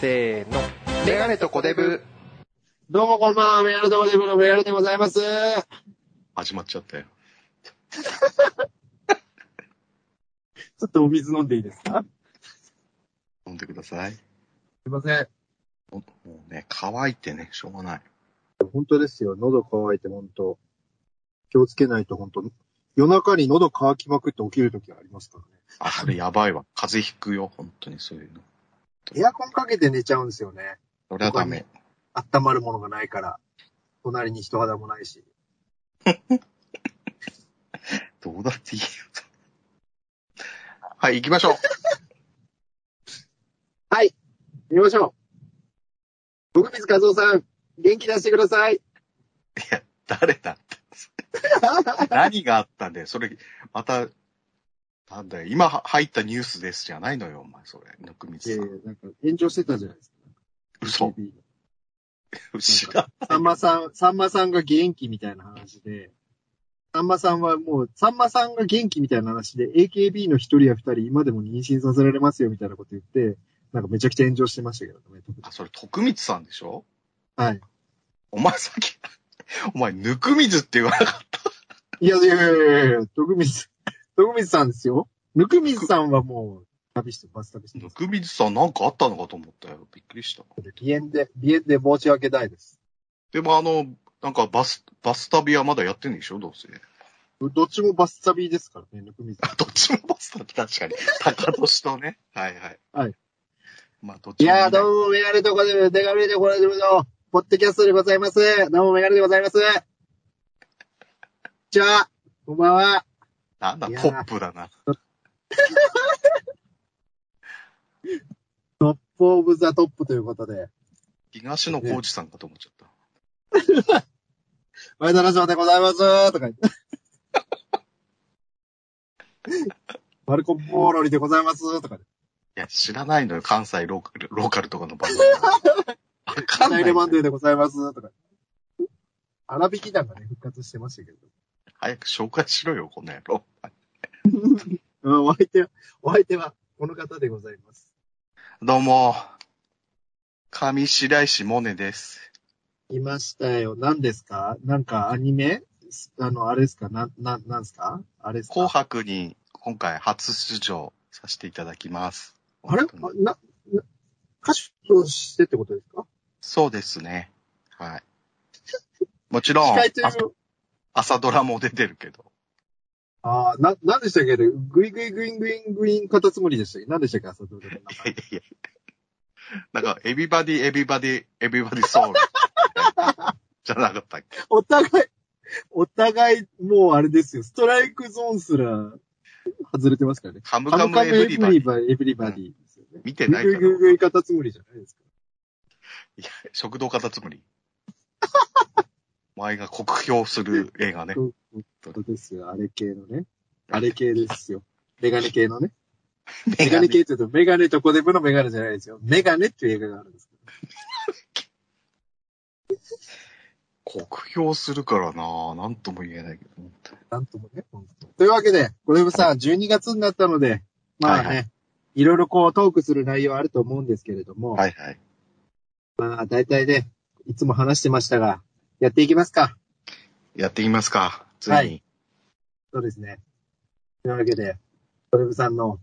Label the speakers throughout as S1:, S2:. S1: せーの。
S2: メガネとコデブ。
S3: どうもこんばんは、メガネとコデブのメガネでございます。
S2: 始まっちゃったよ。
S3: ちょっとお水飲んでいいですか
S2: 飲んでください。
S3: すいません。
S2: ももうね、乾いてね、しょうがない。
S4: 本当ですよ。喉乾いて本当。気をつけないと本当。夜中に喉乾きまくって起きる時がありますからね。
S2: あ、それやばいわ。 風邪ひくよ、本当にそういうの。
S4: エアコンかけて寝ちゃうんですよね。
S2: それはダメ。
S4: 温まるものがないから。隣に人肌もないし。
S2: どうだっていいよ。はい、行きましょう。
S3: 見ましょう。僕水和夫さん、元気出してください。
S2: 誰だって。何があったんだよ。それ、また、なんだよ。今入ったニュースですじゃないのよ、お前、それ。ぬくみ
S4: い
S2: つ
S4: やい
S2: さ
S4: や
S2: ん。、
S4: なんか炎上してたじゃないですか。
S2: 嘘。
S4: TV
S2: 知らん
S4: さんまさん、さんまさんが元気みたいな話で、さんまさんはもう、さんまさんが元気みたいな話で、AKB の一人や二人今でも妊娠させられますよみたいなこと言って、なんかめちゃくちゃ炎上してましたけどね。
S2: あ、それ、徳光さんでしょ
S4: はい。
S2: お前さっき、お前、ぬくみずって言わなかった。
S4: いやいやいやいやいや、徳光、徳光さんですよ。ぬくみずさんはもう、旅して、バス旅して
S2: ぬ
S4: ます。
S2: くみずさんなんかあったのかと思ったよ。びっくりした。
S4: 鼻炎で、鼻炎で申し訳ないです。
S2: でもあの、なんかバス、バス旅はまだやってんでしょ どうせ。
S4: どっちもバス旅ですからね、ぬくみずさん。
S2: どっちもバス旅、確かに。高年とね。 はいはい。
S4: はい。
S2: まあ、どっ
S3: い
S2: ちもいいね。
S3: やー、どうもメガネとコデブ、デカメとコデブの、ポッドキャストでございます。どうもメガネでございます。こんにちは。こんばんは。
S2: なんだ、
S4: いやー
S2: ポップだな。
S4: トップオブザトップということで、
S2: 東野幸治さんかと思っちゃった。
S4: 前田ラジオでございますとか 言って。マルコ・ポーロリでございますとかね。
S2: いや、知らないのよ。関西ローカル、ローカルとかの番 組。わかん
S4: ナ
S2: な
S4: イ
S2: い
S4: レ
S2: の
S4: マンデー
S2: よ。
S4: でございますとか。荒引き団がね、復活してましたけど。
S2: 早く紹介しろよ、この野郎。
S4: うん、お相手は、お相手は、この方でございます。
S2: どうも。上白石萌音です。
S4: いましたよ。何ですかなんかアニメすあの、あれですかな、な、なんですかあれです
S2: 紅
S4: か
S2: 白に今回初出場させていただきます。
S4: あれあ
S2: 本当に
S4: な、な、歌手としてってことですか
S2: そうですね。はい。もちろん
S4: 司、会とい
S2: あ
S4: う。
S2: 朝ドラも出てるけど。
S4: ああ、な、なんでしたっけグイグイグイングイングインカタツムリでしたっけ何でしたっけ朝ドラの名
S2: いや
S4: 前
S2: いやいや。なんか、エビバディ、エビバディ、エビバディソウル。じゃなかったっけ
S4: お互い、お互い、もうあれですよ。ストライクゾーンすら、外れてますからね。
S2: カム
S4: カ
S2: カ
S4: ム
S2: ム
S4: カム
S2: エ
S4: エ
S2: ブ
S4: ブ
S2: リバデ
S4: リ
S2: ィ。
S4: バディ、エブリバディですよね。
S2: 見て
S4: グ
S2: な
S4: イ
S2: いか
S4: グイ
S2: ら。
S4: グイグイカタツムリじゃないですか。
S2: いや食堂カタツムリ。お前が酷評する映画ね。
S4: そうですよ。あれ系のね。あれ系ですよ。メガネ系のね。メ
S2: メ
S4: ガ
S2: ガ
S4: ネ
S2: ネ
S4: 系って言うと、メガネとコデブのメガネじゃないですよ。メガネっていう映画があるんですけど。
S2: 酷評するからななんとも言えないけど。本当に
S4: なんともね、本当というわけで、コデブさん、12月になったので、まあね、
S2: はいいは
S4: ろいろこうトークする内容あると思うんですけれども、
S2: はいはい。
S4: まあ大体ね、いつも話してましたが、やっていきますか。
S2: やってみますか。ついに。
S4: はいそうですね。というわけで、コデブさんの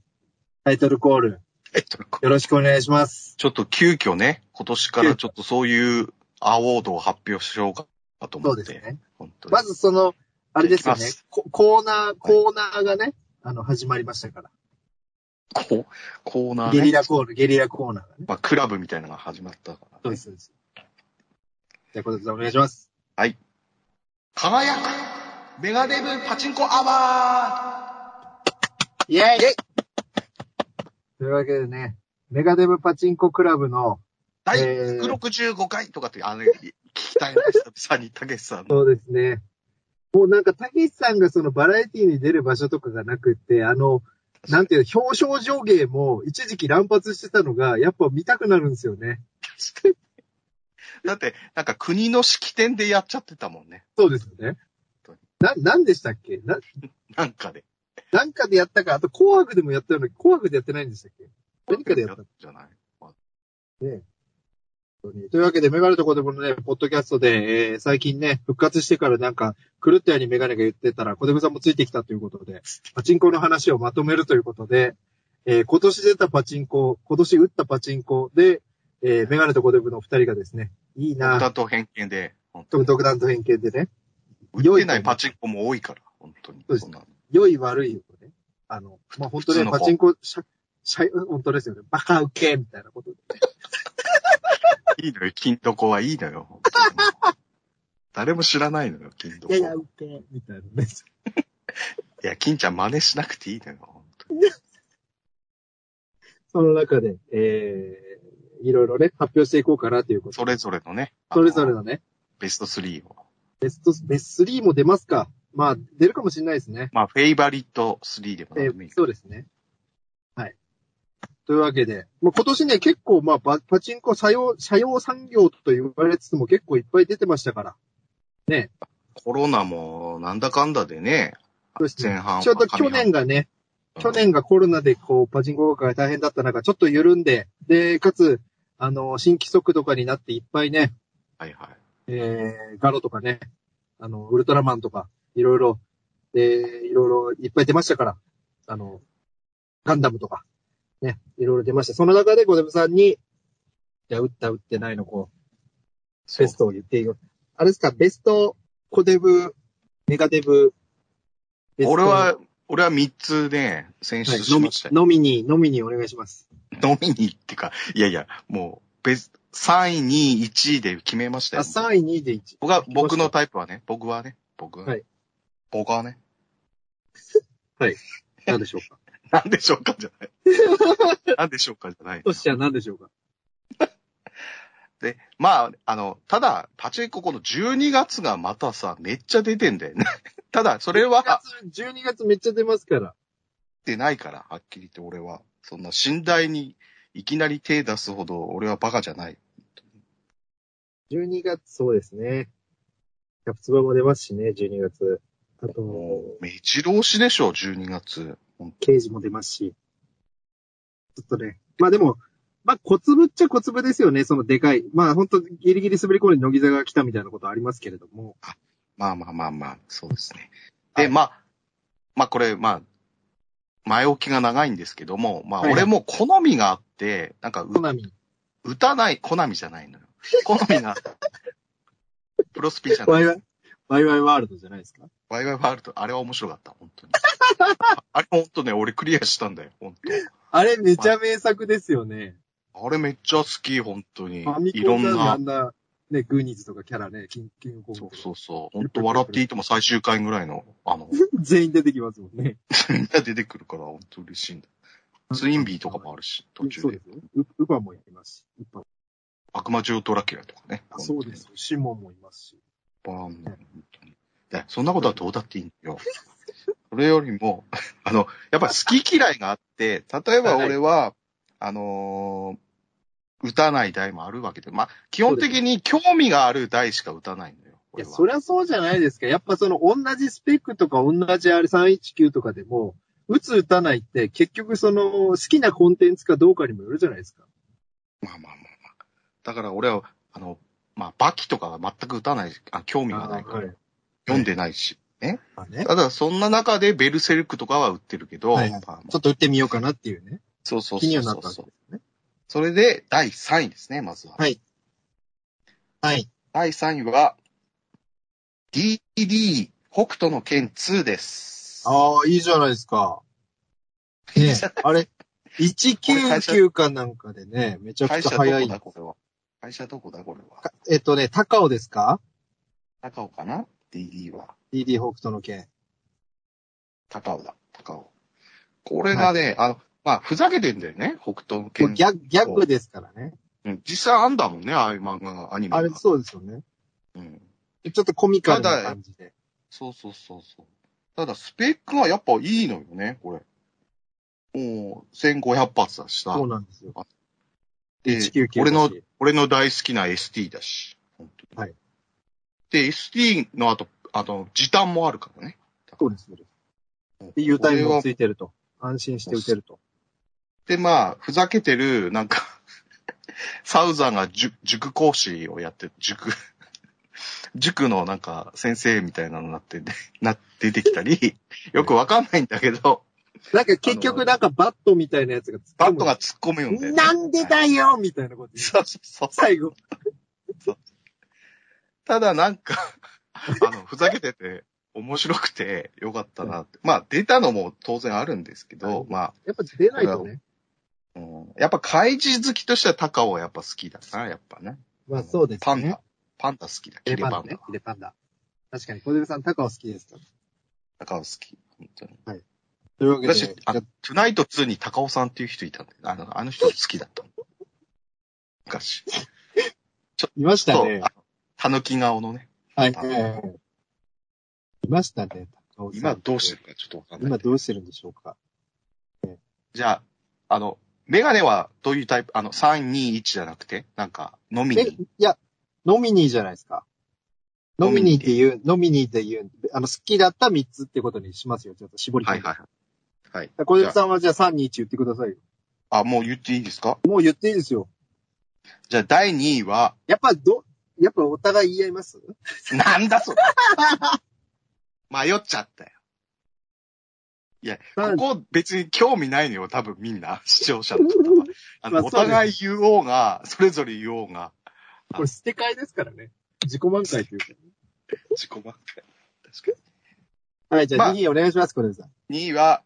S4: タイトルコール、
S2: えっと
S4: よろしくお願いします。
S2: ちょっと急遽ね、今年からちょっとそういうアワードを発表しようかと思
S4: そう
S2: って。
S4: ですね。
S2: 本当に
S4: まずその、あれですよね
S2: いきます。
S4: ココーナー、コーナーがね、あの、始まりましたから。
S2: こう、コーナー、ね、
S4: ゲリラコール、ゲリラコーナーがね。
S2: まあ、クラブみたいなのが始まったから、
S4: そうです、そうです。じゃあ、小田さんお願いします。
S2: 輝くメガデブパチンコアワ
S4: イェイというわけでね、メガデブパチンコクラブの、
S2: ー第
S4: えー
S2: 165回とかって、あの、聞きたいな、久々に、たけしさんの。
S4: そうですね。もうなんか、たけしさんがそのバラエティに出る場所とかがなくって、あの、なんていうの、表彰上芸も一時期乱発してたのが、やっぱ見たくなるんですよね。
S2: だって、なんか国の式典でやっちゃってたもんね。
S4: そうですよね。な、なんでしたっけな、
S2: なんかで。
S4: なんかでやったか、あと紅白でもやったような、紅白でやってないんでしたっけ何かでやった
S2: じゃない。
S4: というわけで、メガネとこでもね、ポッドキャストで、えー最近ね、復活してからなんか、狂ったようにメガネが言ってたら、小出さんもついてきたということで、パチンコの話をまとめるということで、えー今年出たパチンコ、今年打ったパチンコで、えーメガネとコデブのお二人がですね、いい
S2: 独
S4: なぁ、
S2: 断と偏見で、本当に
S4: 独断と偏見でね、
S2: 売ってないパチンコも多いから、本当に。
S4: そうです
S2: んな
S4: 良い悪いをね、あの、まあ、本当
S2: 普通
S4: ね、
S2: の
S4: パ
S2: 方
S4: チンコ、しゃ、しゃ、本当ですよね、バカウケみたいなことで。
S2: いいのよ、金床はいいのよ。 本当に誰も知らないのよ、金床。
S4: や
S2: い
S4: やウケみたいなね。
S2: や、金ちゃん真似しなくていいのよ、本当に。
S4: その中で、えー、いろいろね、発表していこうかなということ。
S2: それぞれのね。あ
S4: そ
S2: の
S4: れぞれのね、
S2: ベスト3を。
S4: ベスト、ベスト3も出ますか。まあ、出るかもしれないですね。
S2: まあ、フェイバリット3でも
S4: え
S2: 何でもいい
S4: ー
S2: けど
S4: そうですね。はい。というわけで、まあ、今年ね、結構、まあ、パパチンコ、社用、社用産業と言われつつも結構いっぱい出てましたから。
S2: コロナもなんだかんだでね、
S4: そうですね
S2: 前半は
S4: ちょっと去年がね、
S2: 上
S4: 去
S2: 半期、
S4: 年がコロナでこう、パチンコ業界が大変だった中、ちょっと緩んで、で、かつ、あの、新規則とかになっていっぱいね、
S2: うんはいはい。
S4: えー、ガロとかね、あの、ウルトラマンとか、いろいろ、えー、いろいろいっぱい出ましたから、あの、ガンダムとか、ね、いろいろ出ました。その中で小出さんに、じゃあ打った打ってないのこう、ベストを言っていいよ。あれですか、ベスト、小デブ、メガデブ、ベスト
S2: 俺は、俺は3つね、選出しましたよ。
S4: のみに、のみにお願いします。
S2: 飲みにってか、いやいや、もう、ベス3位、2位、1位で決めました
S4: あ、
S2: よ。
S4: 3位、2位で1。
S2: 僕は、僕のタイプはね、僕はね、僕はね。
S4: はい
S2: 僕はね。
S4: 何でしょうか。
S2: なんでしょうかじゃ ない。なんでしょうかじゃない。
S4: としちゃ何でしょうか。
S2: で、まあ、あの、ただ、パチンコこの12月がまたさ、めっちゃ出てんだよね。 ただ、それは、
S4: 月、12月めっちゃ出ますから。
S2: ってないから、はっきり言って俺は。そんな寝台にいきなり手出すほど俺はバカじゃない。
S4: 12月、そうですね。キャプツバも出ますしね、12月。あと、
S2: 目白押しでしょ、12月。うん
S4: 刑事も出ますし。ちょっとね。まあでも、まあ小粒っちゃ小粒ですよね、そのでかい。まあ本当ギリギリ滑り込んで乃木坂が来たみたいなことありますけれども。
S2: まあまあまあまあ、そうですね。
S4: は
S2: で、
S4: い
S2: まあ、まあこれ、まあ、前置きが長いんですけども、まあ
S4: はい
S2: 俺も好みがあって、なんかう
S4: コナミ。
S2: 打たない、好みじゃないの よ。好みが、プロスピじゃな
S4: ワ
S2: い
S4: イ。ワイ、ワイワイワールドじゃないですか。
S2: ワイワイワールド、あれは面白かった、本当に。 あれ本当ね、俺クリアしたんだよ、本当。
S4: あれめちゃ名作ですよね。
S2: あれめっちゃ好き、本当に
S4: ファ。ミ
S2: い
S4: コ
S2: ろ
S4: ン
S2: ん
S4: なんであ
S2: な。
S4: んな、ね、グーニーズとかキャラね、キンキングコング
S2: そ
S4: と
S2: う
S4: か
S2: そうそう。本当笑っていいとも最終回ぐらいの、あ の、
S4: 全員出てきますもんね。
S2: みんな出てくるから、本当嬉しいんだ。ツインビーとかもあるし、途
S4: そ
S2: 中
S4: う
S2: で
S4: で。すね。ウウパもいますし。ウパも
S2: 悪魔女ドラキュラとかね。
S4: あそうです。。シモンもいますし。
S2: バーンの、本当に。で、そんなことはどうだっていいんだよ。それよりも、 あの、やっぱ好き嫌いがあって、例えば俺は、あのー打たない台もあるわけで、まあ、基本的に興味がある台しか打たないのよ。
S4: い
S2: 俺
S4: や、
S2: は
S4: そりゃそうじゃないですか。やっぱその同じスペックとか同じあれ319とかでも、打つ打たないって結局その好きなコンテンツかどうかにもよるじゃないですか。
S2: まあまあまあまあ。だから俺は、あの、まあ、バキとかは全く打たない、あ興味がないから、
S4: はい。
S2: 読んでないし。
S4: あね。
S2: ただ、そんな中でベルセルクとかは打ってるけど、
S4: はいはい
S2: まあまあ
S4: ちょっと打ってみようかなっていうね。
S2: そうそう
S4: 気に
S2: そ
S4: は
S2: う
S4: な
S2: そ
S4: っ
S2: う
S4: たわ
S2: そ
S4: けで
S2: う。
S4: すね。
S2: それで、第3位ですね、まずは。
S4: はいはい。
S2: 第3位は、DD 北斗の剣2です。
S4: ああ、いいじゃないですか。ねえ、あれ、199かなんかでね、めちゃく
S2: 会
S4: ちゃ
S2: 社ど
S4: 早
S2: こ
S4: い
S2: だ、。これは。会社どこだ、これは。
S4: えっとね、高尾ですか
S2: 高尾かな ?DD は。
S4: ?DD 北斗の剣。
S2: 高尾だ、高尾。これがね、あの、まあ、ふざけてんだよね、北斗の剣。
S4: ギャグ、ギャグですからね。
S2: うん実際あんだもんね、ああいう漫画が、アニメが。
S4: あれ、そうですよね。
S2: うん。
S4: ちょっとコミカルな感じで。
S2: そうそうそうそう。ただ、スペックがやっぱいいのよね、これ。もう、1500発だしさ
S4: そう。なんですよ。
S2: で
S4: 199だし
S2: 俺の、俺の大好きな ST だし。本当に
S4: はい。
S2: で、ST の後、あの、時短もあるからね。
S4: そうです、そうです。
S2: うん
S4: で、U タイム
S2: これ
S4: も
S2: は
S4: ついてると。安心して打てると。
S2: で、まあ、ふざけてる、なんか、 サウザーが塾塾講師をやって、塾、 塾のなんか先生みたいなのになって、 でな、出てきたり、よくわかんないんだけど、
S4: なんか結局なんかバットみたいなやつが突っ
S2: バ
S4: 込
S2: ッ
S4: む
S2: トが突っ込むよね。
S4: なんでだよみたいなこと言う。
S2: そうそうそう。
S4: 最後。
S2: ただなん か、あの、ふざけてて、面白くてよかったなって。まあ、出たのも当然あるんですけど、ま
S4: やっぱ出ないとね。
S2: あ、うん、やっぱ怪獣好きとしてはタカオはやっぱ好きだな、やっぱね。
S4: まあそうですね。
S2: パンダ。パンダ好きだ。
S4: ヒ
S2: キ
S4: レ
S2: レ
S4: パ
S2: パ
S4: ン
S2: ンダ。
S4: ダね。ヒレパンダ。確かに、小出さん、タカオ好きですか
S2: タカオ好き。本当に。
S4: というわけで、
S2: 私、あの、トゥナイト2にタカオさんっていう人いたんで、あの、あの人好きだった。昔。
S4: いましたね。
S2: あのたぬき顔のね。
S4: はい、はいはい。いましたね、高尾さん
S2: 今どうしてるかちょっとわかんない。
S4: 今どうしてるんでしょうか。
S2: じゃあ、あの、メガネはどういうタイプあの、3、2、1じゃなくて、なんか、飲み
S4: え、
S2: に
S4: い。や、ノミニーじゃないですか。ノミニーっていう、ノミニーっていう、あの、好きだった3つってことにしますよ。ちょっと絞り込
S2: は
S4: ん
S2: い
S4: で。
S2: はいはい。はい。
S4: 小出さんはじゃあ3、2、1言ってくださいよ。
S2: あ、もう言っていいですか
S4: もう言っていいですよ。
S2: じゃあ第2位は、
S4: やっぱ、ど、やっぱお互い言い合います
S2: なんだそれ 迷っちゃったよ。いや、
S4: なん
S2: ここ別に興味ないのよ、多分みんな、視聴者の方は。あの、
S4: まあ
S2: お
S4: そうです
S2: 互い言おうが、それぞれ言おうが、
S4: これ捨て替えですからね。自己満開というか。
S2: 自己満開。確か
S4: はい、じゃ
S2: まあ
S4: あ2位お願いします、小出さん。
S2: に。2位は、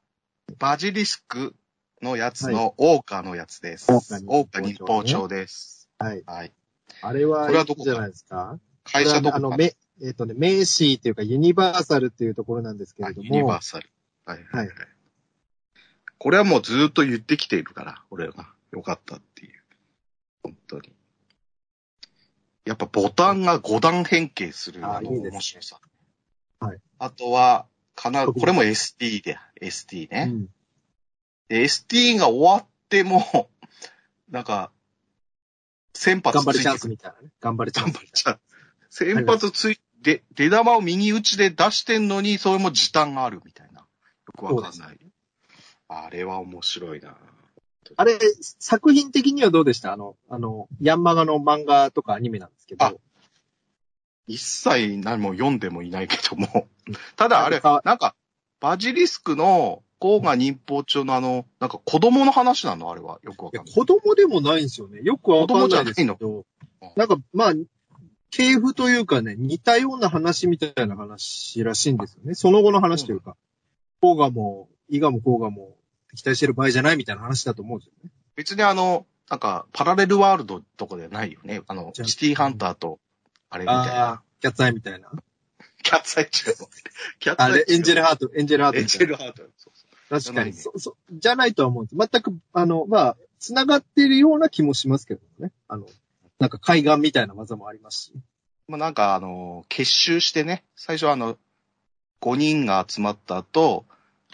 S2: バジリスクのやつの、オーカのやつです。
S4: オーカに
S2: オーカに包丁です。
S4: はい。
S2: はい。
S4: あれは、
S2: これはどこか
S4: じゃないですか。
S2: 会社ど
S4: あ
S2: こ
S4: の、
S2: か
S4: め、えっ、とね、メイシーというかユニバーサルっていうところなんですけ
S2: あ
S4: れど
S2: ユニ
S4: も
S2: バー、サル。はいはいはい。これはもうずーっと言ってきているから、俺が。よかったっていう。本当に。やっぱボタンが5段変形する
S4: あ
S2: あの
S4: いいですね
S2: 面白さ。
S4: はい。
S2: あとは、かな、
S4: 特に
S2: これも ST で、ST ね。
S4: うん
S2: で ST が終わっても、なんか、先発
S4: 頑張
S2: つ
S4: る
S2: い
S4: チャ
S2: て
S4: ンス
S2: くる。
S4: みたいなね。頑張るチャン
S2: 頑
S4: ス
S2: 張
S4: み
S2: る
S4: たい
S2: チャンス。先発つい、で、出玉を右打ちで出してんのに、それも時短があるみたいな。よくわかん
S4: そう
S2: ない。あれは面白いな。
S4: な。あれ、作品的にはどうでしたあの、あの、ヤンマガの漫画とかアニメなんですけど。
S2: あ一切何も読んでもいないけども。ただあれ、
S4: なんか
S2: なんか、バジリスクの、甲賀忍法帳のあの、なんか子供の話なのあれは。よくわ
S4: い
S2: か
S4: や
S2: んない。
S4: 子供でもないんですよね。よくわかんないですけ
S2: 子
S4: ど
S2: ないの。
S4: なんか、まあ、系譜というかね、似たような話みたいな話らしいんですよね。その後の話というか。こうがも、伊賀もこうがも、期待してる場合じゃないみたいな話だと思うんですよね。
S2: 別にあの、なんか、パラレルワールドとかではないよね。あの、
S4: じゃあ
S2: シティハンターと、あれみたいな。
S4: ああ、キャッツアイみたいな。
S2: キャッツアイチューブキャッツ
S4: あ
S2: アイ
S4: れ、エンジェル
S2: ハ
S4: ハート、エンジェルハート
S2: エン
S4: み
S2: ジ
S4: た
S2: ェ
S4: いな。
S2: ルハート。そうそう
S4: 確かに。
S2: じゃ
S4: そそじゃないとは思うんです。全く、あの、まあ、繋がってるような気もしますけどね。あの、なんか海岸みたいな技もありますし。
S2: まあ、なんか、あの、結集してね、最初はあの、5人が集まった後、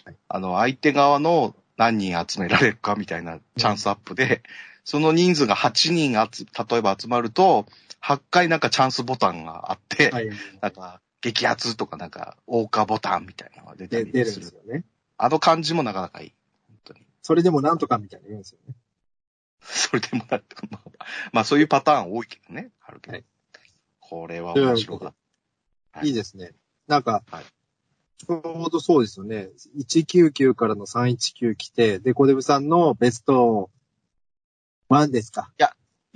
S4: はい
S2: あの、相手側の何人集められるかみたいなチャンスアップで、その人数が8人あつ、例えば集まると、8回なんかチャンスボタンがあって、
S4: はい。
S2: なんか、激アツとかなんか、オーカーボタンみたいなのが出た
S4: で、
S2: り
S4: 出るん
S2: す
S4: で
S2: る。
S4: すよね。
S2: あの感じもなかなかい い。本当に。
S4: それでもなんとかみたいな言うんですよね。
S2: それでもだって、まあ、まあそういうパターン多いけどね。あるけど。
S4: はい
S2: これは面白かった。はい
S4: いいですね。なんか、
S2: はい
S4: ちょうどそうですよね。199からの319来て、で、コデブさんのベスト1ですか。
S2: い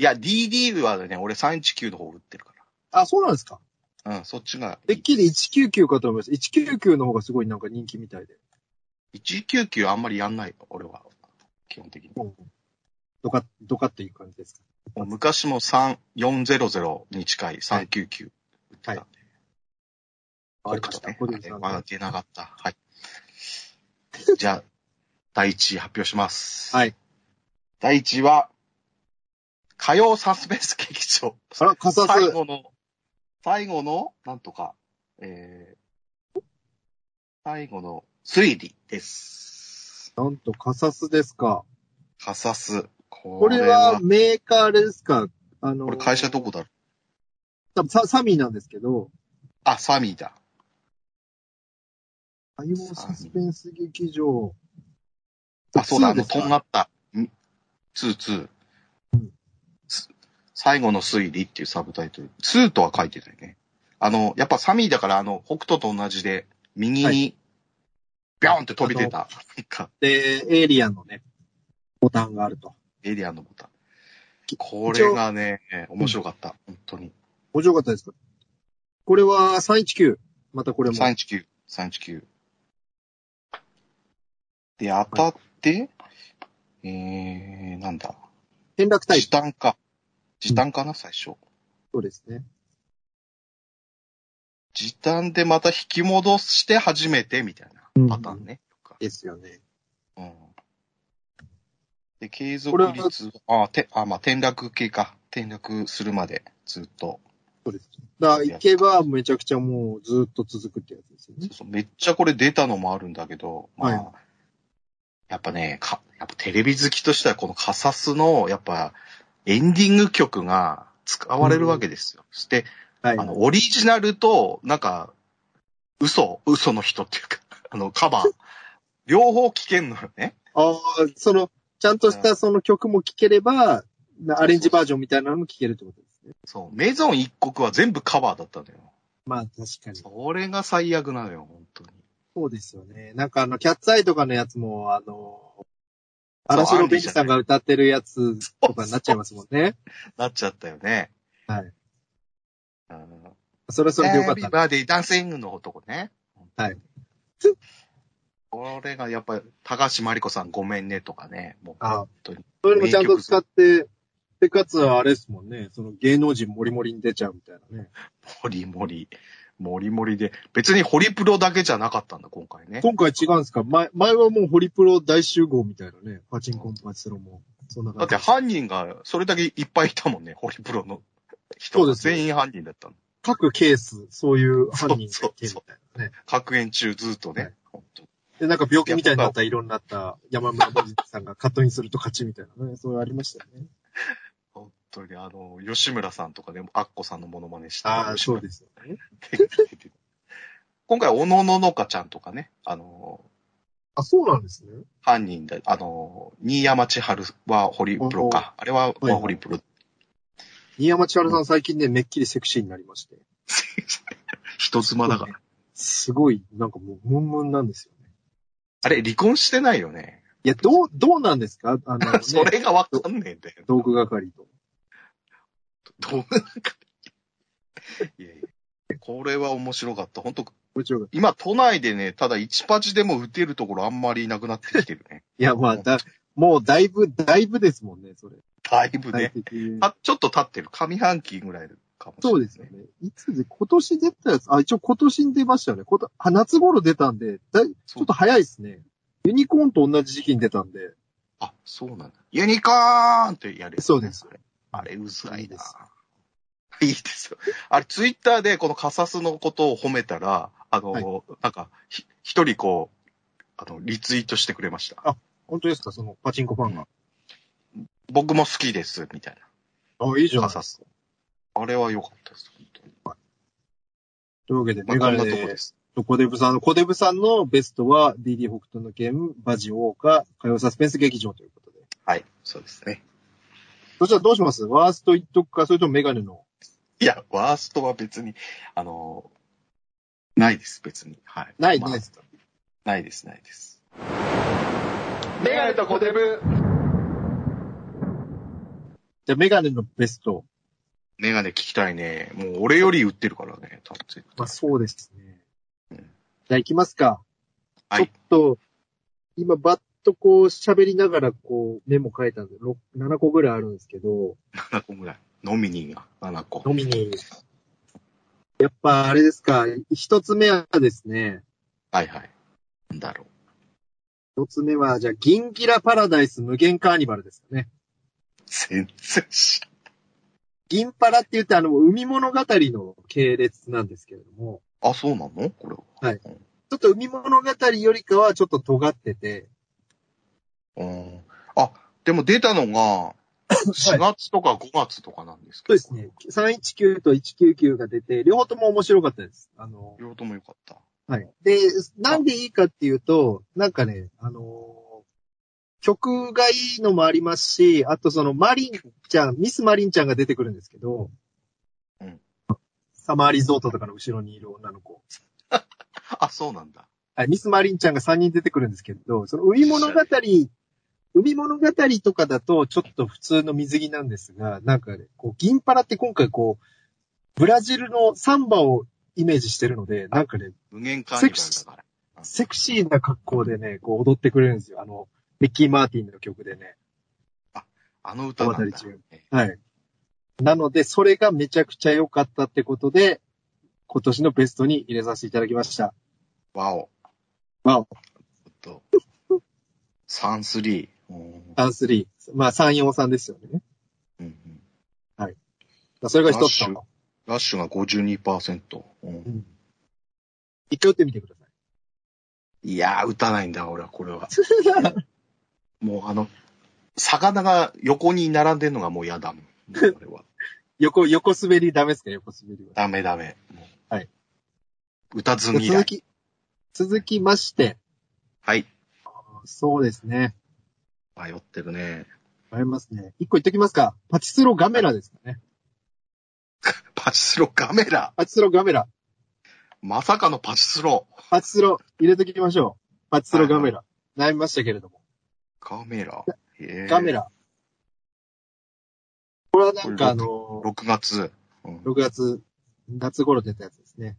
S2: や、DD はね、俺319の方売ってるか
S4: あ、そうなんですか。
S2: ら。うん、そっちがい
S4: てっ
S2: い。
S4: きり199かと思います。199の方がすごいなんか人気みたいで。
S2: 199あんまりやんないよ、俺は。基本的に。
S4: うんドカッ、ドカッという感じですか。
S2: もう昔も3、400に近い399売ってたんで。
S4: はいわかりました。
S2: ね
S4: コデブさん
S2: まだ出なかった。はい。じゃあ、第1位発表します。
S4: はい。
S2: 第1位は、火曜サスペンス劇場。
S4: あら、カサ
S2: 最
S4: ス。
S2: 後の、最後の、なんとか、えー最後の推理です。
S4: なんとカサスですか。
S2: カサス。こ
S4: こ
S2: れ
S4: れ
S2: は
S4: は、メーカーあれですかあの、
S2: これ会社どこだろう
S4: 多分ササミなんですけど、
S2: あ、サミーだ。
S4: あイオサスペンス劇場。
S2: あ、そうだ、あ
S4: ツーで
S2: の、
S4: すか
S2: とんがった。んツーツー。最後の推理っていうサブタイトル。2とは書いてないね。あの、やっぱサミーだから、あの、北斗と同じで、右
S4: は
S2: に、ビョーンって飛び出た、なんか、
S4: で、エイリアンのね、ボタンがあると。
S2: エイリアンのボタン。これがね、面白かった。本当に。
S4: 面白かったですかこれは319。またこれも。
S2: 319、319。で、当たって、えー、なんだ。
S4: 転落タイプ。
S2: 時短か。時短かな、最初。
S4: そうですね。
S2: 時短でまた引き戻して初めてみたいなパターンね。
S4: ですよね。
S2: うんで、継
S4: これ
S2: 続
S4: は
S2: 率は、あ、て、あ、まあ、転落系か。転落するまで、ずっと。
S4: そうです。だから、行けばめちゃくちゃもうずっと続くってやつですよね
S2: そう。そうめっちゃこれ出たのもあるんだけど、まあ、
S4: はい
S2: やっぱね、か、やっぱテレビ好きとしてはこのカサスの、やっぱ、エンディング曲が使われるわけですよ。そして、
S4: はい。
S2: あの、オリジナルと、なんか、嘘、嘘の人っていうか、 あの、カバー、両方聞けんのよね。
S4: ああ、その、ちゃんとしたその曲も聴ければ、なアレンジバージョンみたいなのも聴けるってことですね。
S2: そう、メゾン一国は全部カバーだったのよ。
S4: まあ確かに。
S2: それが最悪なのよ、本当に。
S4: そうですよね。なんかあの、キャッツアイとかのやつも、あの、嵐のベンジさんが歌ってるやつとかになっちゃいますもんね。
S2: なっちゃったよね。
S4: はい。
S2: うん。
S4: それはそれでよかっ
S2: エ
S4: た
S2: ビ。バディダンシングの男ね。
S4: はい。
S2: これがやっぱり、高橋真理子さんごめんねとかね。もう
S4: ああ
S2: 本当に。
S4: そういうのもちゃんと使って、で、かつはあれですもんね。その芸能人もりもりに出ちゃうみたいなね。
S2: もりもり。もりもりで。別にホリプロだけじゃなかったんだ、今回ね。
S4: 今回違うんですか前、前はもうホリプロ大集合みたいなね。パチンコもパチスロも。そんな
S2: だ
S4: 感
S2: っ
S4: じ。
S2: て犯人がそれだけいっぱいいたもんね、ホリプロの人
S4: そう
S2: が。
S4: ですね
S2: 全員犯人だったの。
S4: 各ケース、そういう犯人がいて
S2: そう
S4: み
S2: そうそ
S4: たいなね。
S2: 各演中ずっとね。
S4: はい
S2: 本当に
S4: で、なんか病気みたいになった色になった山村文治さんがカットインすると勝ちみたいなね。そういうありましたよね。
S2: 本当にあの、吉村さんとかね、アッコさんのモノマネして。
S4: ああ、そうですよね。
S2: す。 今回、おのののかちゃんとかね、あの、
S4: あ、そうなんですね。
S2: 犯人だ、あの、新山千春はホリプロか。あれは、
S4: はい
S2: はホリプロ。
S4: 新山千春さん最近ね、めっきりセクシーになりまして。
S2: 人妻だから。
S4: すごい、なんかもう、ムンムンなんですよね。
S2: あれ、離婚してないよね。、
S4: いや、どう、どうなんですか あの、ね
S2: それがわかんねえんだよ。
S4: 道具係と。
S2: どうなんか。いやいや。これは面白かった。本当
S4: もちろん。い
S2: 今、都内でね、ただ1パチでも打てるところあんまりいなくなってきてるね。
S4: や、まあ、だ、もうだいぶ、だいぶですもんね、それ。
S2: だいぶ
S4: 体
S2: ね。
S4: 的に。
S2: あちょっと経ってる。上半期ぐらいかもしれ
S4: そ
S2: な
S4: う
S2: い、
S4: ですよ。ね。いつで、今年出たやつ、あ、一応今年に出ましたよね。ことあ夏頃出たんで、だいちょっと早いですね。ユニコーンと同じ時期に出たんで、
S2: あ、そうなんだ。ユニコーンってやる、
S4: そうです。
S2: あれ、うざ
S4: い
S2: い
S4: いで
S2: な
S4: す。
S2: いいですよ。あれ、ツイッターでこのカサスのことを褒めたら、あの、
S4: はい
S2: なんか、ひ一人こう、あの、リツイートしてくれました。
S4: 本当ですかそのパチンコファンが。
S2: 僕も好きです、みたい
S4: あ、いいじ
S2: な。
S4: ゃな
S2: カ
S4: いで
S2: サ
S4: す
S2: ス。あれは良かったです。本当に
S4: というわけで、
S2: ま
S4: メ
S2: あ、
S4: ガ
S2: こん
S4: ネ
S2: なとこ
S4: で
S2: で、す。
S4: コデブさんの、コデブさんのベストは、DD 北斗のゲーム、バジオーカ、火曜サスペンス劇場ということで。
S2: はい、そうですね。
S4: そしたらどうしますワースト言っとくか、それともメガネの。
S2: いや、ワーストは別に、あの、ないです、別に。はい。
S4: ない、
S2: まあ
S4: ないですか
S2: ないです、ないです。
S3: メガネとコデブ。
S4: じゃあメガネのベスト。
S2: メガネ聞きたいね。もう俺より売ってるからね、多分絶
S4: ま
S2: 対。
S4: あそうですね。
S2: うん
S4: じゃあ行きますか。
S2: はい
S4: ちょっと、今バッとこう喋りながらこうメモ書いたんで、ろく7個ぐらいあるんですけど、
S2: 7個ぐらい。ノミニーが7個。
S4: のみに、やっぱあれですか、一つ目はですね、
S2: はいはい。なんだろ
S4: 一つ目は、じゃあ、銀ギラパラダイス無限カーニバルですかね。
S2: う。全然知らん。
S4: 銀パラって言ってあの、海物語の系列なんですけれども、
S2: あ、そうなのこれは。
S4: はいちょっと海物語よりかはちょっと尖ってて、
S2: うん。あ、でも出たのが、4月とか5月とかなんですけ
S4: そう
S2: ど。
S4: ですね。。319と199が出て、両方とも面白かったです。あの、
S2: 両方ともよかった。
S4: はい。で、なんでいいかっていうと、なんかね、あのー曲がいいのもありますし、あとそのマリンちゃん、ミスマリンちゃんが出てくるんですけど、
S2: うん
S4: サマーリゾートとかの後ろにいる女の子。
S2: あ、そうなんだ。
S4: はい、ミスマリンちゃんが3人出てくるんですけど、その海物語、海物語とかだとちょっと普通の水着なんですが、なんかね、こう、銀パラって今回こう、ブラジルのサンバをイメージしてるので、なんかね、
S2: 無限カーニバルだから。
S4: セクシーな格好でね、こう踊ってくれるんですよ。あの、ミッキー・マーティンの曲でね。
S2: あの歌なん
S4: 渡り
S2: だ
S4: 中。
S2: ええ
S4: はい。なので、それがめちゃくちゃ良かったってことで、今年のベストに入れさせていただきました。
S2: わお。
S4: わお。
S2: えっと、3、3。うん
S4: 3、3。まあ、3、4、3ですよね。
S2: うんうん
S4: それが一つ
S2: ラッシュ
S4: と。
S2: ラッシュが52%。うん
S4: 一回打ってみてください。
S2: いやー、打たないんだ、俺は、これは。もう、あの、魚が横に並んでるのがもう嫌だもん。 もうこれは。
S4: 横、横滑りダメですか横滑りは。
S2: ダメダメ。もう
S4: はい。
S2: 歌積みだ
S4: 続。き、続きまして、
S2: はい。
S4: そうですね。
S2: 迷ってるね。
S4: ありますね。一個言っときますか。パチスロガメラですかね。
S2: パチスロカメラ。
S4: パチスロガメラ。
S2: まさかのパチスロ。
S4: パチスロ、入れときましょう。パチスロガメラ。悩みましたけれども。
S2: カメラ。へー
S4: ガメ。ラ。これはなんかあの、
S2: 6月。うん
S4: 6月、夏頃出たやつですね。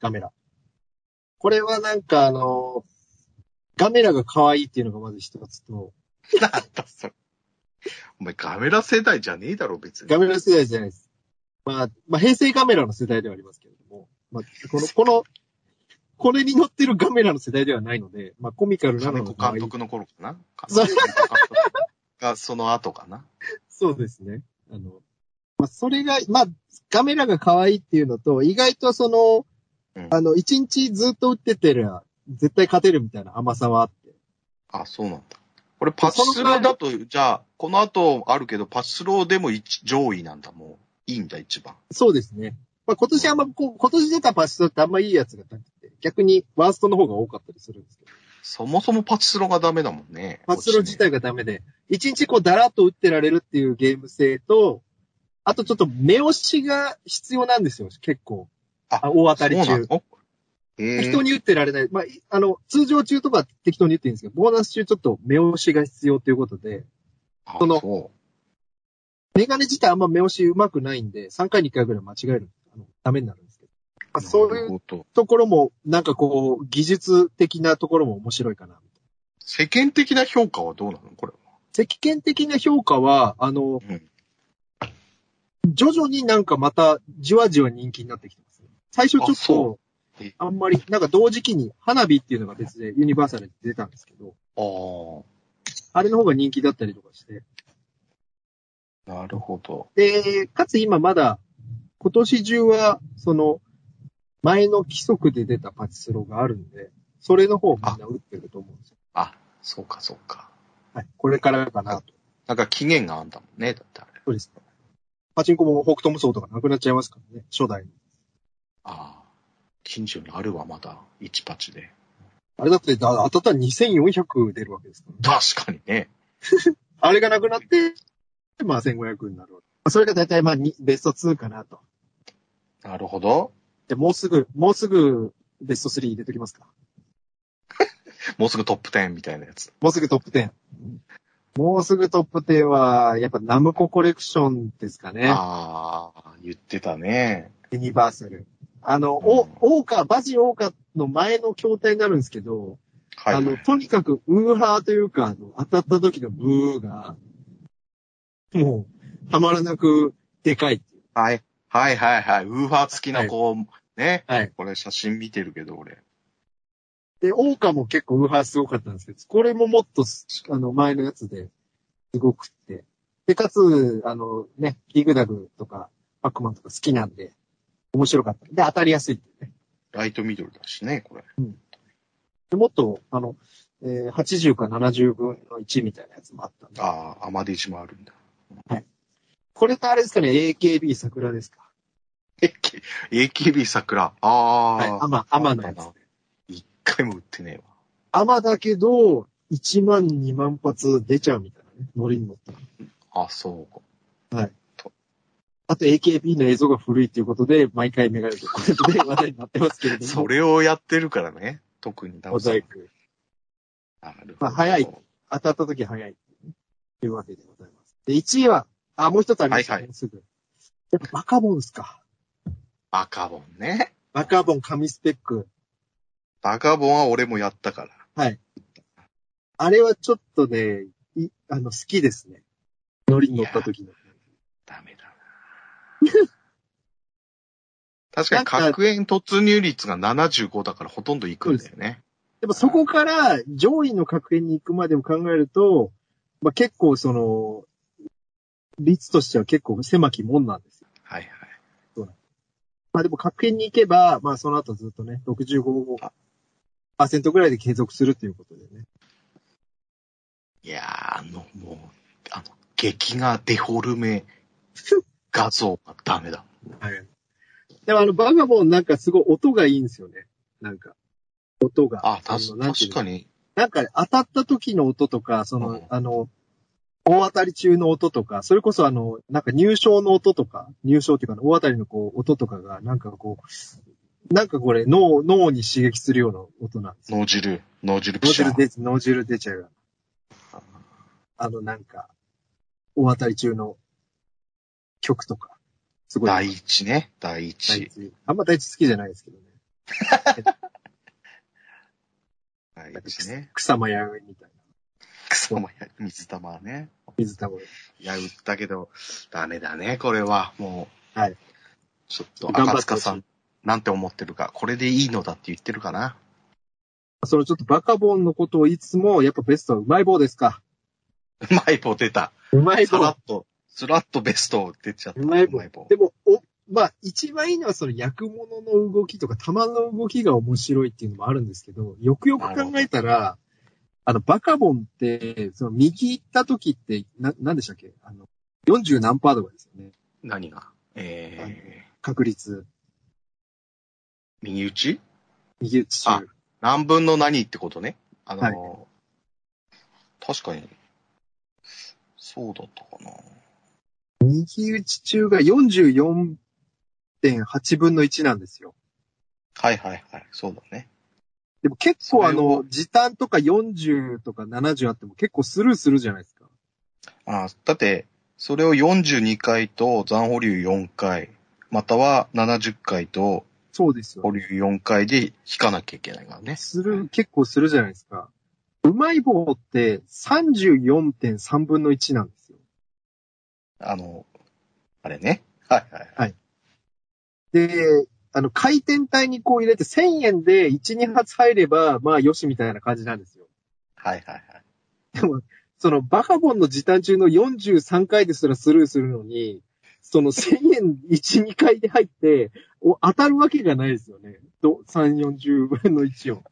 S4: ガメラ。これはなんかあの、ガメラが可愛いっていうのがまず一つと、
S2: なんだそれ。お前、カメラ世代じゃねえだろ、別に。
S4: ガメラ世代じゃないです。まあ、まあ、平成ガメラの世代ではありますけれども、まあ、この、この、これに乗ってるガメラの世代ではないので、まあ、コミカルな
S2: 金
S4: の
S2: 子
S4: が可愛
S2: 監
S4: い。
S2: 督の頃かな
S4: そう
S2: 金子監督が、その後かな。
S4: そうですね。あの、まあ、それが、まあ、ガメラが可愛いっていうのと、意外とその、
S2: うん
S4: あの、一日ずっと打っててりゃ、絶対勝てるみたいな甘さはあって。
S2: あ、そうなんだ。これパチスローだと、じゃあ、この後あるけど、パチスローでも一上位なんだ、もう。いいんだ、一番。
S4: そうですね。まあ、今年あんま、こう今年出たパスってあんまいいやつがなくて、逆にワーストの方が多かったりするんですけど、
S2: そもそもパチスローがダメだもんね。
S4: パスロ自体がダメで、一日こうだらっと打ってられるっていうゲーム性と、あとちょっと目押しが必要なんですよ、結構。
S2: あ
S4: あ大当
S2: 当
S4: たり中。
S2: のえ
S4: 人に打ってられない。まあ、いあの、通常中とか適当に打っていいんですけど、ボーナス中ちょっと目押しが必要ということで、
S2: あ
S4: その
S2: そ
S4: メガネ自体あんま目押しうまくないんで、3回に1回ぐらい間違える。あの、ダメになるんですけど。まあ、
S2: う。
S4: そういう
S2: なるほど
S4: ところも、なんかこう、技術的なところも面白いかな。
S2: 世間的な評価はどうなのこれは。
S4: 石鹸的な評価は、あの、
S2: うん
S4: 徐々になんかまたじわじわ人気になってきてますね。最初
S2: あ
S4: ちょ
S2: そ
S4: っ
S2: うえ
S4: と、あんまり、なんか同時期に花火っていうのが別でユニバーサルで出たんですけど、
S2: あ
S4: あれの方が人気だったりとかして。
S2: あ、なるほど。
S4: で、かつ今まだ、今年中は、その、前の規則で出たパチスロがあるんで、それの方をみんな打ってると思うんですよ。
S2: あ、そうか、そうか。
S4: はい。これからかなと。
S2: なんか期限があんだもんね、だってあれ。
S4: そうですか。パチンコも北斗無双とかなくなっちゃいますからね、初代の。
S2: ああ。近所にあるわ、まだ。1パチで。
S4: あれだって、だ当たったら2400出るわけですから、ね。
S2: 確かにね。
S4: あれがなくなって、まあ1500になるわけ。それが大体まあにベスト2かなと。
S2: なるほど。
S4: で、もうすぐ、もうすぐベスト3入れときますか。
S2: もうすぐトップ10みたいなやつ。
S4: もうすぐトップ10。もうすぐトップ10は、やっぱナムココレクションですかね。
S2: ああ、言ってたね。
S4: ユニバーサル。あの、
S2: うん
S4: お、オーカー、バジオーカーの前の筐体になるんですけど、
S2: はい、
S4: あの、とにかく、ウーハーというか、あの、当たった時のブーが、もう、たまらなく、でかいっていう。
S2: はい。はいはいはい。ウーファー付きの子、ね。
S4: はい。
S2: これ写真見てるけど、俺。
S4: で、オーカも結構ウーハーすごかったんですけど、これももっとす、あの、前のやつで、すごくって。で、かつ、あの、ね、ギグダグとか、パックマンとか好きなんで、面白かった。で、当たりやすいっていうね。
S2: ライトミドルだしね、これ。
S4: でもっと、あの、えー80か70分の1みたいなやつもあったんで。
S2: ああ、アマデジもあるんだ。
S4: これとあれですかね、AKB 桜ですか。
S2: AK AKB 桜。ああ、
S4: はい。アマ、アマのやつ。
S2: 一回も売ってねえわ。
S4: アマだけど、 1万、2万発出ちゃうみたいなね、ノリに乗った。
S2: あ、そうか。
S4: あと AKB の映像が古いっていうことで、毎回メガネとこれで話題になってますけれど も。
S2: それをやってるからね。特にダ
S4: モザイク。
S2: なるほど
S4: まあ早い当たった時早いっていうねというわけでございます。で、1位は、あ、もう一つありますよね、
S2: はいは
S4: すぐ。やっぱバカボンですか。
S2: バカボンね。
S4: バカボン神スペック。
S2: バカボンは俺もやったから。
S4: あれはちょっとね、いあの、好きですね。乗りに乗った時の。
S2: ダメだな。 確かに核炎突入率が75だからほとんどいくんだよね。
S4: でもそこから上位の格変に行くまでを考えると、まあ、結構その、率としては結構狭きもんなんですよ。
S2: はいはい。
S4: まあでも格変に行けば、まあその後ずっとね、65%ぐらいで継続するということでね。
S2: いやー、あの、もう、あの、劇画デフォルメ画像がダメだ。
S4: はい。でもあの、バガボンなんかすごい音がいいんですよね。なんか。音が。
S2: あ、た
S4: そ
S2: す
S4: のなんてい
S2: 確
S4: うの
S2: かに。
S4: なんか当たった時の音とか、その、
S2: うん
S4: あの、大当たり中の音とか、それこそあの、なんか入賞の音とか、入賞っていうか、大当たりのこう、音とかが、なんかこう、なんかこれ、脳、脳に刺激するような音なんですよ。
S2: 脳汁、脳汁ピ
S4: 脳
S2: シャ
S4: 汁
S2: ー。
S4: 出ちゃう、脳汁出ちゃうような。あの、なんか、大当たり中の曲とか、すごい。
S2: 第一ね、第
S4: 第
S2: 一。
S4: 一あんま第一好きじゃないですけどね。
S2: 第一ね。
S4: 草間弥生みたいな。
S2: 草もや、水玉はね。
S4: 水たまり。
S2: いや、売ったけど、ダメだね、これは。もう。
S4: はい。
S2: ちょっと、
S4: 頑張って
S2: 赤塚さん、なんて思ってるか。これでいいのだって言ってるかな。
S4: そのちょっとバカボンのことをいつも、やっぱベストはうまい棒ですか。
S2: うまい棒出た。
S4: うまい
S2: さ
S4: 棒
S2: ら。っと、すらっとベストを出ちゃった。
S4: うまい棒
S2: 棒
S4: でも、お、まあ、一番いいのはその薬物の動きとか弾の動きが面白いっていうのもあるんですけど、よくよく考えたら、あの、バカボンって、その右行った時って、な、なんでしたっけあの、40何パーとかですよね。
S2: 何がえー、
S4: 確率。
S2: 右打ち
S4: 右打ち
S2: あ
S4: 中。
S2: 何分の何ってことね。あのー、
S4: は
S2: 確かに、そうだったかな。
S4: 右打ち中が44.8分の1なんですよ。
S2: はいはいはい、そうだね。
S4: でも結構あ
S2: それを
S4: の、時短とか40とか70あっても結構スルーするじゃないですか。
S2: あだって、それを42回と残保留4回、または70回と
S4: そうですよね
S2: 保留4回で引かなきゃいけないからね。
S4: する、結構するじゃないですか。うまい棒って34.3分の1なんですよ。
S2: あの、あれね。はいはい。
S4: で、あの、回転体にこう入れて1000円で1、2発入れば、まあ、よしみたいな感じなんですよ。
S2: はいはいはい。
S4: その、バカボンの時短中の43回ですらスルーするのに、その1000円1、2回で入って、お当たるわけがないですよね。ど3、40分の1を。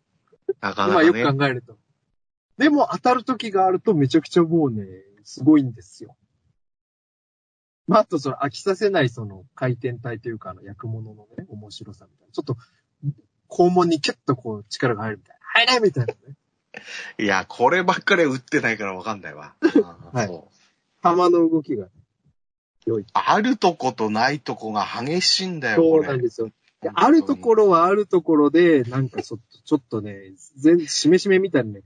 S2: なかな
S4: まあ、
S2: か
S4: よ
S2: ね。
S4: く考えると。でも当たる時があるとめちゃくちゃもうね、すごいんですよ。まあ、あとその飽きさせないその回転体というかあの薬物のね、面白さみたいな。ちょっと、肛門にキュッとこう力が入るみたいな。入れみたいなね。
S2: いや、こればっかりは打ってないからわかんないわ。あー
S4: はい
S2: そう
S4: 弾の動きが。
S2: あるとことないとこが激しいんだよ、
S4: そ
S2: こ
S4: う
S2: れ
S4: なんですよ。であるところはあるところで、なんかちょっと、ちょっとね、全、しめしめみたいなね、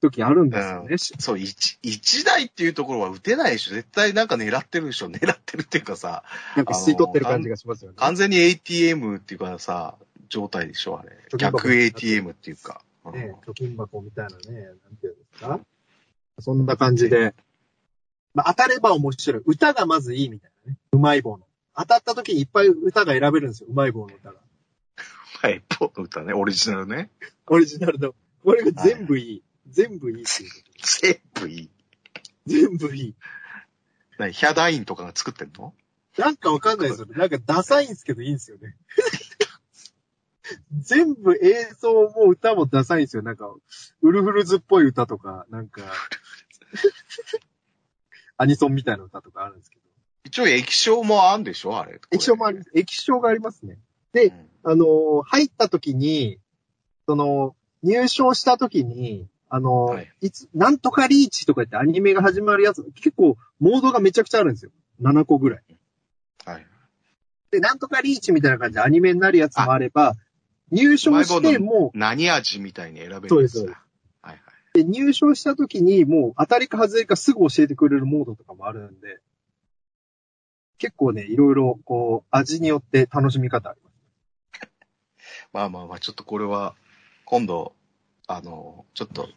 S4: 時あるんですよね。し
S2: そう、一、一台っていうところは打てないでしょ。絶対なんか狙ってるでしょ。狙ってるっていうかさ、
S4: なんか吸い取ってる感じがしますよね。
S2: 完全に ATM っていうかさ、状態でしょ、あれ。
S4: 貯金箱
S2: 逆 ATM っていうか。
S4: ね、貯金箱みたいなね、なんていうんですかそんな感じで。まあ、当たれば面白い。歌がまずいいみたいなね。うまい棒の。当たった時にいっぱい歌が選べるんですよ。うまい棒の歌が。
S2: はい、ポン歌ね、オリジナルね。
S4: オリジナルの。これが全部いい。全部いいっていうこと。
S2: 全部いい。
S4: 全部いい。
S2: 何ヒャダインとかが作ってんの
S4: なんかわかんないですよね。なんかダサいんですけどいいんですよね。 全部映像も歌もダサいんですよ。なんか、ウルフルズっぽい歌とか、なん か、アニソンみたいな歌とかあるんですけど。
S2: 一応液晶もあんでしょあれ。
S4: 液晶もあり、液晶がありますね。で
S2: うん
S4: あのー入った時に、その、入賞した時に、ああの、
S2: はい
S4: い、つ、なんとかリーチとか言ってアニメが始まるやつ、結構、モードがめちゃくちゃあるんですよ。7個ぐらい。
S2: はい。
S4: で、なんとかリーチみたいな感じでアニメになるやつもあれば、入賞しても
S2: 何味みたいに選べるんだ
S4: そうですそうで
S2: はいはい。
S4: う、で入賞した時にもう当たりか外れかすぐ教えてくれるモードとかもあるんで、結構ね、いろいろ、こう、味によって楽しみ方あります。
S2: まあまあまあ、ちょっとこれは、今度、あの、ちょっと、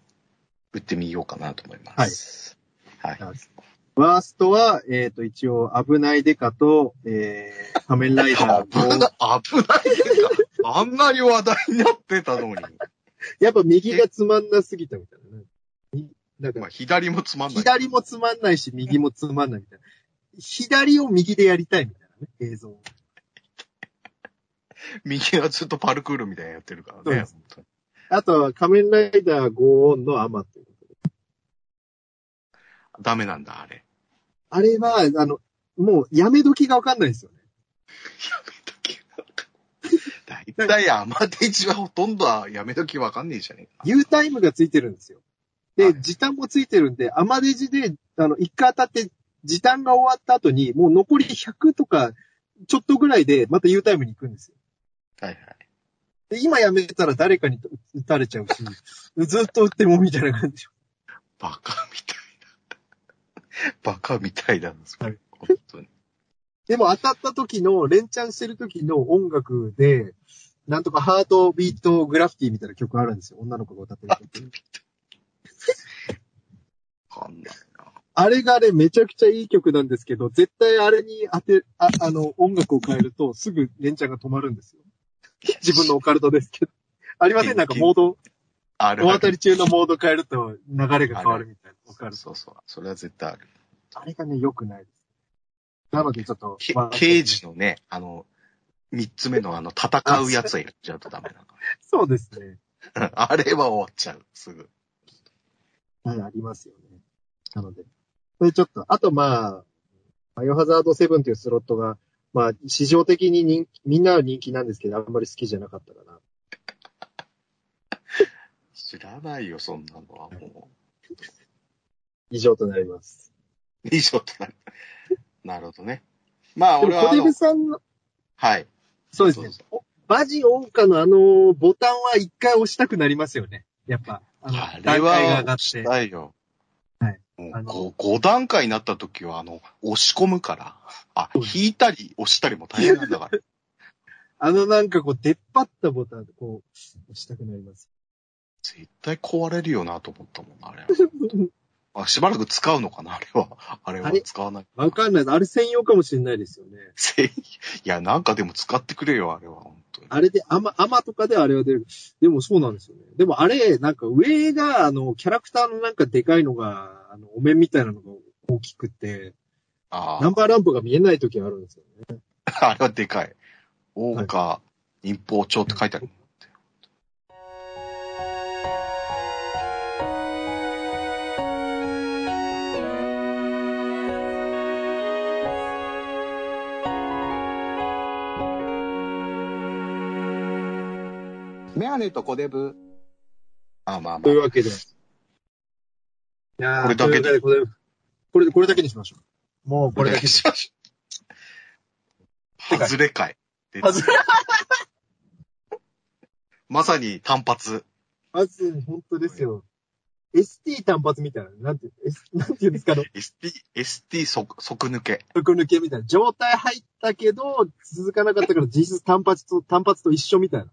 S2: 打ってみようかなと思います。はい。
S4: はいワーストは、えっ、と、一応、危ないデカと、えー、仮面ライ
S2: 危な
S4: ダ
S2: い、
S4: ー
S2: 危
S4: と、
S2: ないですかあんなに話題になってた のに。
S4: やっぱ右がつまんなすぎたみたいなね。だか
S2: まあ、
S4: ら、
S2: 左もつまんない。
S4: 左もつまんないし、右もつまんないみたいな。左を右でやりたいみたいなね、映像を。
S2: 右はずっとパルクールみたいなのやってるから
S4: そう
S2: ね
S4: で。あとは、仮面ライダーゴーオンのアマということで。
S2: ダメなんだ、あれ。
S4: あれは、あの、もう、やめ時がわかんないんですよね。
S2: だいたいアマデジはほとんどはやめときわかんねえじゃねえか。
S4: U タイムがついてるんですよ。
S2: は
S4: で、
S2: い
S4: 時短もついてるんで、アマデジで、あの、一回当たって、時短が終わった後に、もう残り100とか、ちょっとぐらいで、また U タイムに行くんですよ。
S2: はいはい。
S4: で、今やめたら誰かに撃たれちゃうし、ずっと撃ってもみたいな感じ。
S2: バカみたいだ。バカみたいだな、それ。本当に。
S4: でも当たった時の、連チャンしてる時の音楽で、なんとかハートビートグラフィティみたいな曲あるんですよ。女の子が歌ってる曲。
S2: わかんないな。
S4: あれがあれめちゃくちゃいい曲なんですけど、絶対あれに当て、ああの、音楽を変えるとすぐ連チャンが止まるんですよ。自分のオカルトですけど。ありませんなんかモード、
S2: ある
S4: お
S2: あ
S4: 当た
S2: る。
S4: り中のモード変えると流れが変わるみたいなオカルト。
S2: そうそう。それは絶対ある。
S4: あれがね、良くないです。なのでちょっと
S2: け、
S4: まあ
S2: 刑事のね、あの、三つ目のあの、戦うやつをやっちゃうとダメな
S4: そうですね。
S2: の。 あれは終わっちゃう、すぐ。
S4: はい、ありますよね。なので。それちょっと、あとまあ、バイオハザード7というスロットが、まあ、市場的に人気、みんなは人気なんですけど、あんまり好きじゃなかったかな。
S2: 知らないよ、そんなのは。も
S4: 以上となります。
S2: う、 以上となる。なるほどね。まあ、
S4: でも
S2: 俺は
S4: 小
S2: あ
S4: 出
S2: の、
S4: さんの、
S2: はい。
S4: そうですね。おバジオンカのあの、ボタンは一回押したくなりますよね。やっぱ、あの、
S2: あれ
S4: 段階が
S2: は
S4: 上がっ、。
S2: してないよ。
S4: はい
S2: もう
S4: あの
S2: ご五段階になった時は、あの、押し込むから。あ、
S4: そうです
S2: 引いたり押したりも大変なんだから。
S4: あのなんかこう、出っ張ったボタン、こう、押したくなります。
S2: 絶対壊れるよなと思ったもん、あれ。あ、しばらく使うのかな、あれは。あれは
S4: あれ
S2: 使わない。
S4: わかんないです。あれ専用かもしれないですよね。
S2: 全員いや、なんかでも使ってくれよ、あれは、本当に。
S4: あれで、アマ、アマとかであれは出る。でもそうなんですよね。でもあれ、なんか上が、あの、キャラクターのなんかでかいのが、あの、お面みたいなのが大きくて、
S2: あ
S4: ナンバーランプが見えない時があるんですよね。
S2: あ、あれはでかい。大岡忍法帳って書いてある。
S1: メアネとコデブ。
S2: ああまあま
S4: と
S2: あ
S4: い。うわけで。いやー
S2: これだけで
S4: というわでこれ、これ、これだけにしましょう。もうこれだけで。
S2: しましょ う。外れ会。
S4: 外れ
S2: まさに単発。
S4: まず、本当ですよ。ST 単発みたいな、なんていう、S、なんていうんですか、あの、
S2: ST、ST 即即抜け。
S4: 服抜けみたいな。状態入ったけど、続かなかったから実質単発と、単発と一緒みたいな。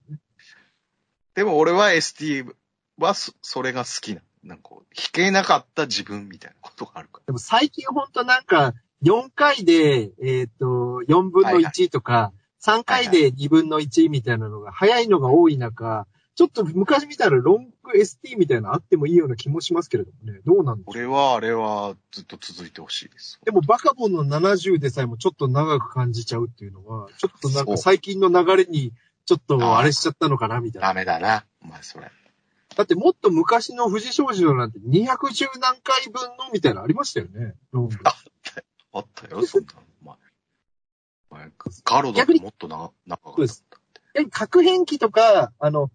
S2: でも俺は ST はそそれが好きな。なんかこう、弾けなかった自分みたいなことがあるから。
S4: でも最近ほんとなんか、4回で、えっ、と、4分の1とか、3回で2分の1みたいなのが、早いのが多い中、ちょっと昔見たらロング ST みたいなのあってもいいような気もしますけれどもね、どうなんでしょう。
S2: 俺は、あれはずっと続いてほしいです。
S4: でもバカボンの70でさえもちょっと長く感じちゃうっていうのは、ちょっとなん
S2: そう
S4: か最近の流れに、ちょっとあれしちゃったのかな、みたいな。
S2: ダメだな。お前それ。
S4: だってもっと昔の藤少次郎なんて210何回分のみたいなのありましたよね、ロング。
S2: あったよ、そんなの。お前。お前ガロだってもっと長長か
S4: そう
S2: っ
S4: で
S2: た
S4: す。やはり核変機とか、あの、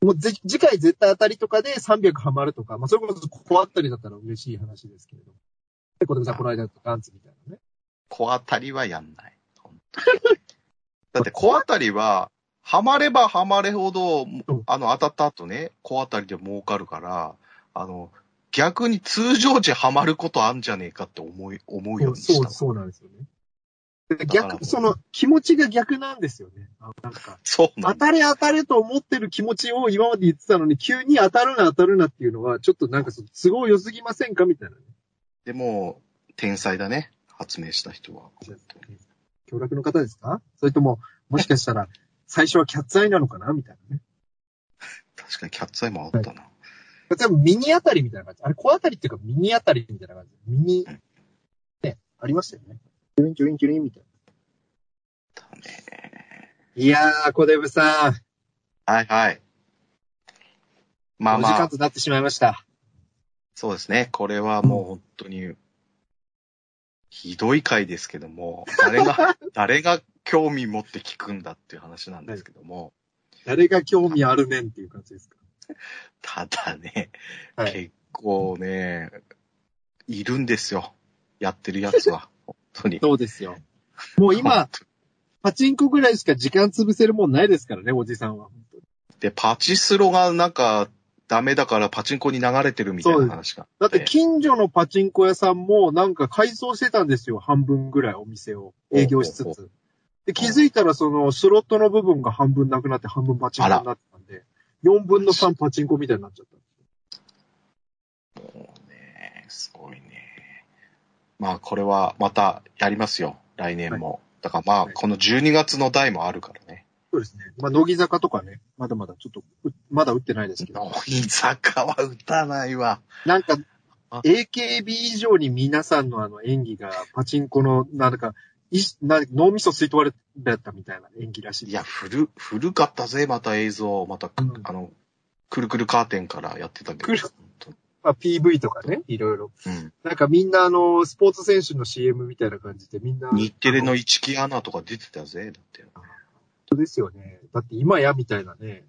S4: もうぜ次回絶対当たりとかで300ハマるとか、まあ、それこそここあったりだったら嬉しい話ですけれども。で、小手さんこの間ガンツみたいなね。
S2: 小当たりはやんない。本当にだって小当たりは、はまればはまれほど
S4: うん、
S2: あの、当たった後ね、小当たりで儲かるから、あの、逆に通常時はまることあんじゃねえかって思い、思うようにし
S4: そ
S2: た
S4: う、
S2: わ。
S4: そうなんですよね。で
S2: だから
S4: 逆、その気持ちが逆なんですよね。あのなんか、
S2: そうな
S4: 当
S2: んだ。
S4: たれ当たれと思ってる気持ちを今まで言ってたのに、急に当たるな当たるなっていうのは、ちょっとなんかその都合良すぎませんかみたいなね。
S2: でも、天才だね。発明した人は。
S4: 協力の方ですかそれとも、もしかしたら、最初はキャッツアイなのかなみたいなね。
S2: 確かにキャッツアイもあったな。
S4: 例えばミニ当たりみたいな感じ。あれ、小当たりっていうかミニ当たりみたいな感じ。ミニ、ね、ありましたよね。キュリンキュリンキュリンみたいな。
S2: だね。
S4: いやー、小デブさん、
S2: はいはい。まあ
S4: お時
S2: ま
S4: 間
S2: あ、
S4: となってしまいました。
S2: そうですね。これはもう本当に、ひどい回ですけども、誰 が、誰が興味持って聞くんだっていう話なんですけども、
S4: 誰が興味あるねんっていう感じですか
S2: ただね、
S4: はい
S2: 結構ね、いるんですよ。やってるやつは。本当に。
S4: そうですよ。もう今、パチンコぐらいしか時間潰せるもんないですからね、おじさんは。
S2: で、パチスロがなんか、ダメだからパチンコに流れてるみたいな話が。
S4: だって近所のパチンコ屋さんもなんか改装してたんですよ、半分ぐらいお店を。営業しつ
S2: ほうほ
S4: つ。で、気づいたらそのスロットの部分が半分なくなって半分パチンコになってたんで、4分の3パチンコみたいになっちゃった。
S2: もうね、すごいね。まあ、これはまたやりますよ。来年も。だからまあ、
S4: はい
S2: この12月の代もあるからね。
S4: そうですね。まあ、乃木坂とかね、まだまだちょっとう、まだ打ってないですけど、
S2: 乃木坂は打たないわ。
S4: なんか
S2: あ、
S4: AKB 以上に皆さんのあの演技がパチンコの、なんか、いな脳みそ吸い取られたみたいな演技らしい。
S2: いや、、古、古かったぜ、また映像。また、
S4: うん
S2: あの、くるくるカーテンからやってたけど。
S4: くる
S2: 本当に
S4: まあ、PV とかね、いろいろ。
S2: うん。
S4: なんかみんなあの、スポーツ選手の CM みたいな感じでみんな。
S2: 日テレの一木アナとか出てたぜ、だって。
S4: 本当ですよね。だって今やみたいなね。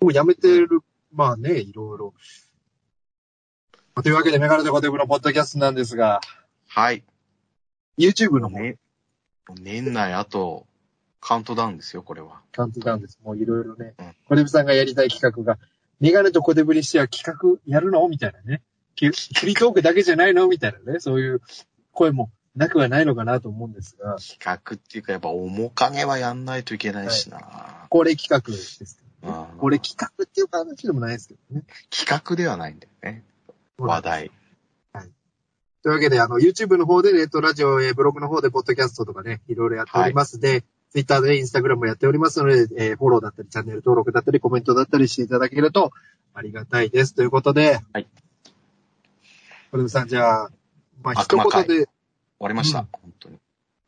S4: もうやめてる、まあね、いろいろ。まあというわけで、メガネとコテブのポッドキャストなんですが、
S2: はい。
S4: YouTube の方、
S2: ね、年内あと、カウントダウンですよ、これは。
S4: カウントダウンです。もういろいろね
S2: うん、
S4: コデブさんがやりたい企画が、メガネとコデブにしては企画やるのみたいなね。きフリートークだけじゃないのみたいなね。そういう声もなくはないのかなと思うんですが、
S2: 企画っていうか、やっぱ面影はやんないといけないしな。
S4: 恒例企画ですけどね。
S2: うん
S4: 恒例企画っていう話でもないですけどね。
S2: 企画ではないんだよね。話題。
S4: というわけで、あの、YouTube の方で、ネットラジオ、えーブログの方で、ポッドキャストとかね、いろいろやっておりますで、Twitter で、Instagram もやっておりますので、えーフォローだったり、チャンネル登録だったり、コメントだったりしていただけると、ありがたいです。ということで、
S2: はい。
S4: 小泉さん、じゃあ、まあ、一
S2: 悪魔会
S4: 言で、
S2: 終わりました。
S4: うん
S2: 本当に。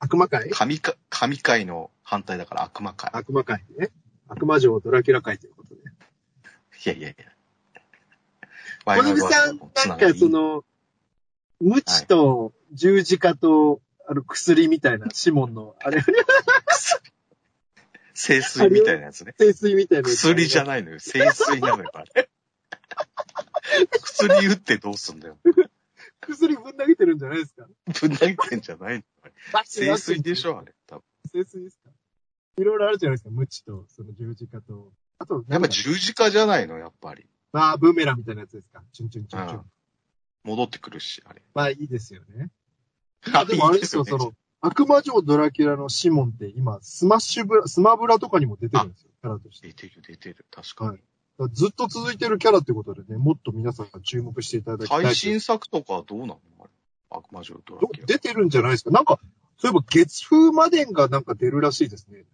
S4: 悪魔会
S2: 神か、神会の反対だから悪魔会。
S4: 悪魔会ね。悪魔城ドラキュラ会ということで。
S2: いやいやいや。
S4: 小泉さん、なんかそ、の、無知と十字架と、あの、薬みたいな、シモンの、あれ、
S2: 清水みたいなやつね。
S4: 清水みたいな。
S2: 薬じゃ
S4: ん。
S2: ないのよ。清水なのよ、あれ。薬打ってどうすんだよ。
S4: 薬ぶん投げてるんじゃないですか
S2: ぶん投げてんじゃないのあれ清水でしょ、あれ。多分
S4: 清水ですかいろいろあるじゃないですか。無知と、その十字架と。あと、
S2: や
S4: な
S2: っ
S4: ん
S2: ぱ
S4: か、
S2: 十字架じゃないの、やっぱり。
S4: まあ、ブーメランみたいなやつですか。チュンチュンチュンチュン
S2: うん。戻ってくるし、あれ。
S4: まあ、いいですよね。あ、でもあれですよ、
S2: いい
S4: そ
S2: ね
S4: の、悪魔城ドラキュラのシモンって今、スマッシュブラ、スマブラとかにも出てるんですよ、キャラとして。
S2: 出てる、出てる。確かに。
S4: はいだからずっと続いてるキャラってことでね、もっと皆さんが注目していただきたい。
S2: 最新作とかはどうなのあれ悪魔城ドラ
S4: ど
S2: キュラ。
S4: 出てるんじゃないですか。なんか、そういえば月風魔伝がなんか出るらしいですね。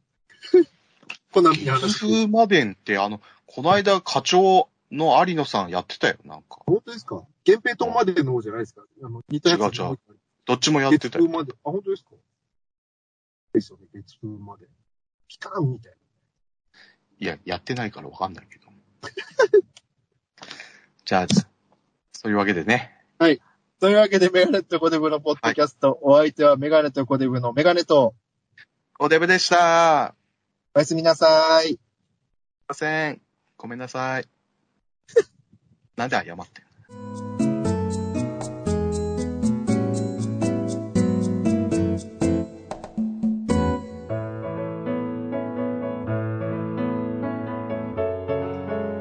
S4: こんな
S2: 月
S4: 話聞いて。
S2: 風魔伝って、あの、この間課長の有野さんやってたよ、なんか。
S4: 本当ですか源平島までの方じゃないですかあの、似たやつ。
S2: 違う違うどっちもやって
S4: 月
S2: たよ
S4: 風。まで。あ、本当ですかですよね、月風まで。ピカンみたい
S2: いや、やってないからわかんないけど。 じゃあ、そういうわけでね。
S4: な。というわけで、メガネとコデブのポッドキャスト、お相手はメガネとコデブのメガネと、
S2: おデブでした。
S4: おやすみなさい。
S2: すいません。ごめんなさい。 なんで謝ってん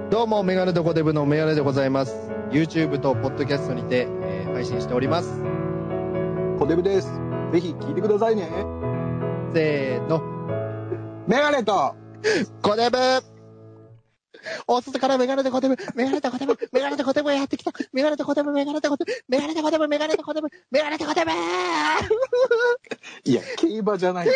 S4: どうも、メガネとコデブのメガネでございます。YouTube と Podcast にて、えー配信しております。
S5: コデブです。ぜひ聞いてくださいね。
S4: せーの、
S5: メガネと、
S4: コデブ大外からメガネとコデブ、メガネとコデブ、メガネとコデブやってきた、メガネとコデブ、メガネとコデブ、メガネとコデブ、メガネとコデブ、メガネとコデブ
S5: いや、競馬じゃない。